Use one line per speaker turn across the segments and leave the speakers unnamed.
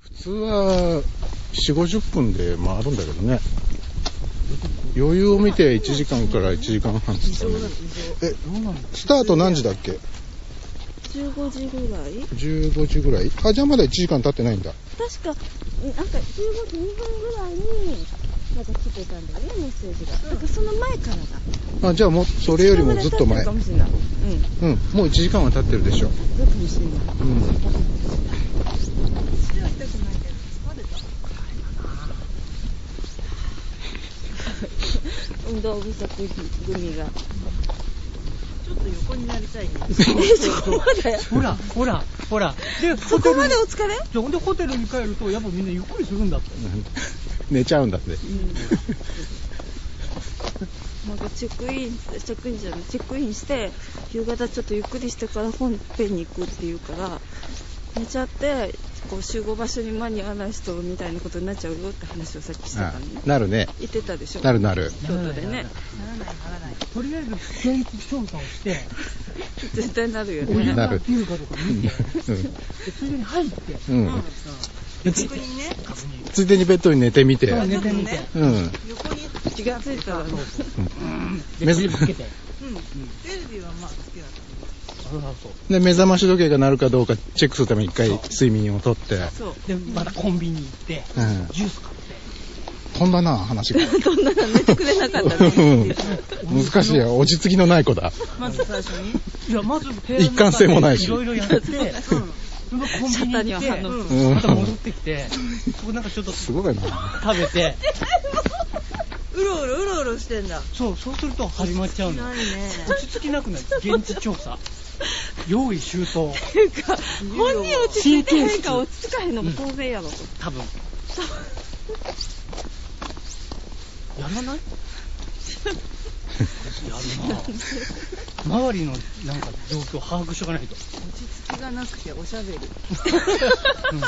普通は4、50分で回るんだけどね。余裕を見て1時間から1時間半って言ったね。え、スタート何時だっけ
15時ぐらい
?15 時ぐらいあ、じゃあまだ1時間経ってないんだ。
確かなんか15時2分ぐらいにまた来てたんだよねメッセージが、なんかその前からだ
あ、じゃあもうそれよりもずっと前。
その
う
ぐらい経ってるかもしれないう
ん、
ん
もう1時間は経ってるでしょ。
そうかもしれない
うん。
運動不足組が
ちょっと横になりたいね。
えそこまで
ほら、ほら、ほら。で、
そこまで
ホ
お疲れ
テルにで、ホテルに帰ると、やっぱみんなゆっくりするんだって。
寝ちゃうんだって。
なんかチェックインチェックインじゃないチェックインして夕方ちょっとゆっくりしてから本編に行くっていうから寝ちゃってこう集合場所に間に合わない人みたいなことになっちゃうよって話をさっきしてた
あ
のね
なるね。
言ってたでしょ
なるなる。
京都で ね
とりあえず、現地調査をして、
絶対なるよ
オリジ
ね
な
ナ
る
ルっていうかどうか見て、でついでに入って、
うん。うん。
横にね、
確認。
ついでにベッドに寝てみて。
寝てみて。
うん。
横に、
気がついたらね
で、つけて。
うん、テレビはまあ好きだった
そうそうそう。
で、目覚まし時計が鳴るかどうかチェックするために一回睡眠をとって。
そう
で、またコンビニ行って、
うん。
ジュース買っ
飛んだな、 話が。
そんなの寝てくれなかったね
うん難しいよ。落ち着きのない子だ。
けど。まず最初に。
て。いや、まず、
一貫性もないし
いろいろやって、そのコンビニ
シャッターには反応
行って、
うん
また戻ってきて、そこなんかちょっと
す
食
ごいな。
べて、
うろうろうろうろしてんだ。
そう、そうすると始まっちゃうの。
ないね。
落ち着きなくなる。現地調査。用意周到。
っていうか本人落ち着いて変化落ち着かへんのも当然やろ
多分。やらないやるな周りのなんか状況把握しとかないと。
落ち着きがなくておしゃべり。
うん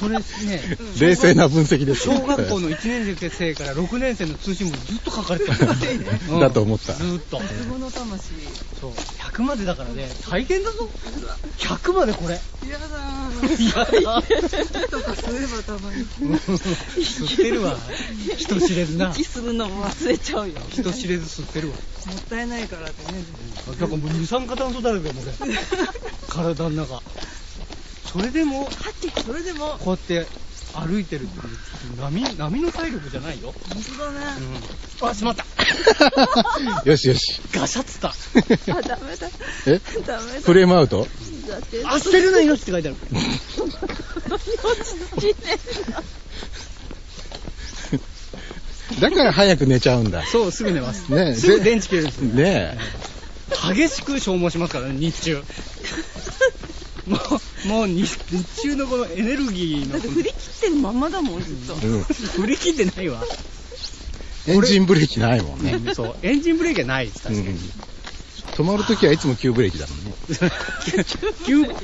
それね、
冷静な分析です。
小学校の1年生から6年生の通信簿ずっと書かれてたもんう ん
だと思った
ずーっと。
つぼの魂。
そう。100までだからね、大変だぞ。100までこれ。
嫌 だ
い
ー。
やだ。
とかすればたまに。
吸ってるわ。人知れずな。
息するのも忘れちゃうよ
人知れず吸ってるわ。
もったいないからってね。
なんかもう二酸化炭素だらけだもん、俺。体の中。それでも、
それでも、
こうやって歩いてるっていう、波、波の体力じゃないよ。
本当だね。
うん。あ、しまった。
よしよし。
ガシャつった。
あダメだ
え
ダメだ
フレームアウト
だって
焦るな命って書いてある。
だから早く寝ちゃうんだ。
そう、すぐ寝ます。
ねえ
すぐ電池切れるんですよ。
ね
激しく消耗しますからね、日中。もう、もう日日中のこのエネルギー
だ
の
って、振り切ってるまんまだもんずっと
え。うん。
振り切ってないわ。
エンジンブレーキないもんね。
そう、エンジンブレーキはないです、
う
確かに。
ん。止まるときはいつも急ブレーキだもんね。
急急ブレ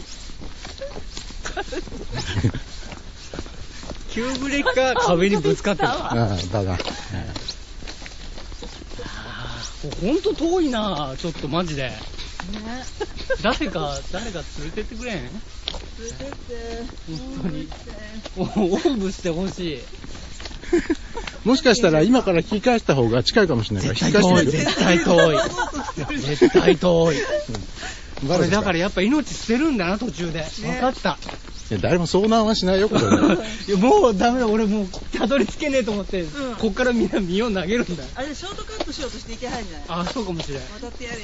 ーキか 壁にぶつかってた。
ああ、だな。
ほんと遠いなぁ、ちょっとマジで。誰か、誰か連れてってくれん
連れてって。
本当に。おおんぶしてほしい。
もしかしたら今から引き返した方が近いかもしれないから、引き返してみる
絶対遠い。 絶対遠い。これだから
い
やっぱ命捨てるんだな、途中で。分かった。
や、誰も遭難はしない よ、これ。
いやもうダメだ、俺もうたどり着けねえと思って、
うん
こっからみんな身を投げるんだよ。
あれ、ショートカットしようとしていけないんじゃない
あ、そうかもしれん。
渡ってやれ。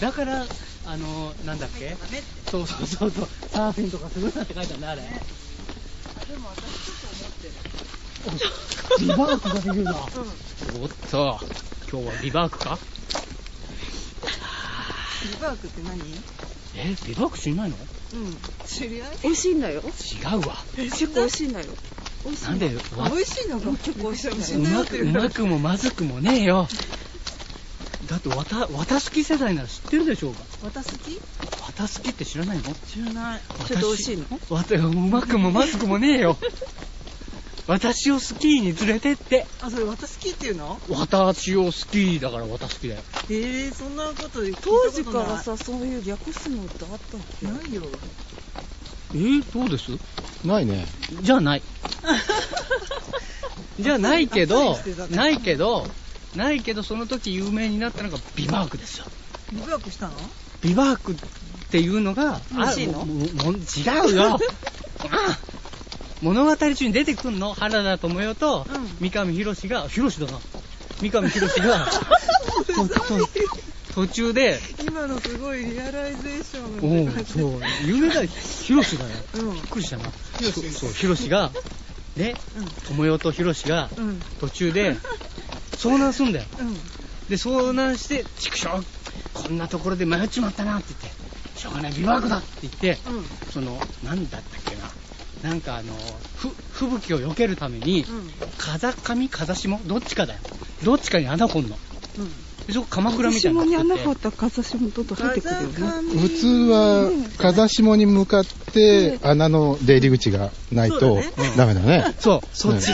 だから、あの、なんだっけ
ダメって。
そうそうそうそう、サーフィンとかするなって書いてあるんだ、あれ。
でも私ちょっ
リ
と思ってる。
バークができるな。 おっと、今日はリバークか
リバークって何
え、リバークしないの
うん。知り合い
美味しいんだよ。
違うわ。
結構美味しいんだよ。美味しい
なんで、わ
美味しいのか結構美味しいの
うまく、うまくもまずくもねえよ。だって、わた、わたすき世代なら知ってるでしょうか
私好き
わたすきって知らないの
知らない。
ちょっと美味しいの
わた、うまくもまずくもねえよ。私をスキーに連れてって。
あ、それ私好きっていうの
私をスキーだから私好きだよ。
えー、そんなこと聞いたことな
当
い
時からさ、そういう略すのってあったの
ないよ。
えー、どうです
ないね。
じゃ あない。じゃあないけど、ないけど、ないけど、その時有名になったのがビバークですよ。
リブワークしたの
ビバークっていうのが、
美味しいの
あもも違うよあ物語中に出てくんの原田智代と
うん
三上博史が、博史だな。三上博史 がとと途中で、
今のすごいリアライゼーションみた
お
いうな感じ
そう、有名だよ。博史だよ。
うん
びっくりしたな。
よし
そう、ヒロシが、で、友よとヒロシが
うんうん
途中で遭難すんだよ。
うん
で、遭難して、畜生こんなところで迷っちまったなって言って、しょうがない、ビバークだって言って、
うん
その、なんだったっけな。なんかあの、ふ、吹雪を避けるために、風上、風下どっちかだよ。どっちかに穴掘んの。
うんうん
で、そこ鎌倉みたいなの
に
作って。
穴掘った風下もどんどん入ってくるよ
風
ね。
上
普通は、風下に向かって穴の出入り口がないとダメだね。
そう、そっち。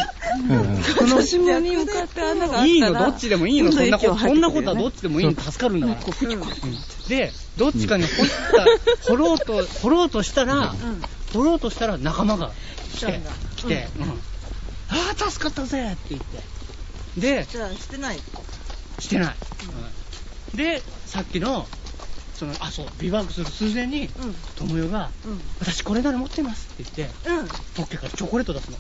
うんうん
風下に向かって穴があったら。
いいの、どっちでもいいの、そんなこと、そんなことはどっ
ち
ちでもいいの、助かるんだから。
うん
で、どっちかに掘った、掘ろうと、掘ろうとしたら、
うん
掘ろうとしたら仲間が来
来た
て
んだ、
来て、うんああ、助かったぜって言って。で、
じゃあしてない
してない。うんで、さっきの、その、あ、そう、ビバークする寸前に、
うん
友よが、
うん
私これなら持ってますって言って、
うん
ポッケからチョコレート出すの。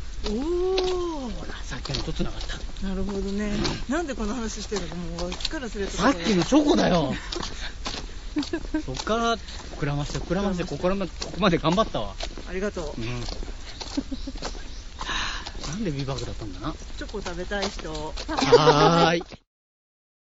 ほ
お
ら、さっきのと繋がった。
ーなるほどねなんでこの話してるのかもう力すれた
さっきのチョコだよ。そっから、膨らまして、膨らまして、ここらまで、ここまで頑張ったわ。
ありがと
う。
うん
はあなんでビバークだったんだな。
チョコ食べたい人
はーい。